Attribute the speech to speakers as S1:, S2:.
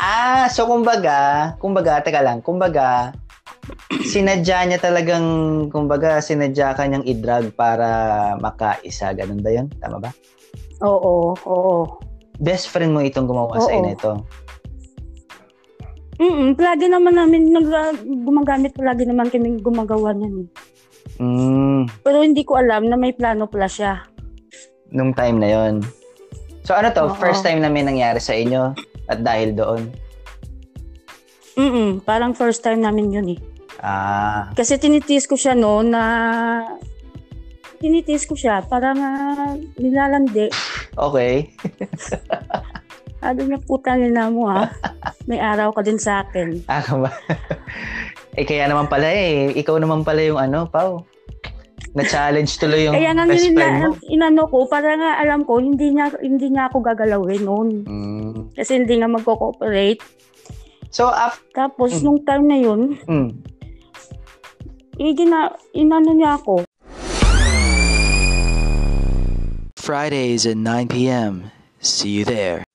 S1: ah, so kumbaga, kumbaga, teka lang, kumbaga, sinadya niya talagang, kumbaga, sinadya ka niyang i-drug para makaisa. Ganun ba yun? Tama ba?
S2: Oo, oo.
S1: Best friend mo itong gumawa
S2: Oo.
S1: sa na ito.
S2: Mm palagi naman namin nag- gumagamit, palagi naman kami gumagawa niyan. eh.
S1: Mm,
S2: Pero hindi ko alam na may plano pala siya.
S1: nung time na yon. So ano to,
S2: Oo.
S1: first time na may nangyari sa inyo at dahil doon.
S2: Mm parang first time namin yun eh.
S1: Ah,
S2: Kasi tinitiis ko siya no na tinitiis ko siya para nga nilalandi.
S1: okay.
S2: Sabi niya, puta na mo ha. May araw ka din sa akin.
S1: Ah, ba? eh, kaya naman pala eh. Ikaw naman pala yung ano, Pau. Na-challenge tuloy yung
S2: Kaya nga
S1: best
S2: nila,
S1: friend mo.
S2: inano ko, para nga alam ko, hindi niya, hindi niya ako gagalawin noon.
S1: Mm.
S2: Kasi hindi nga magko-cooperate.
S1: So, af-
S2: Tapos,
S1: Mm.
S2: nung time na yun,
S1: mm,
S2: eh, gina, inano niya ako.
S3: Fridays at 9 p.m. See you there.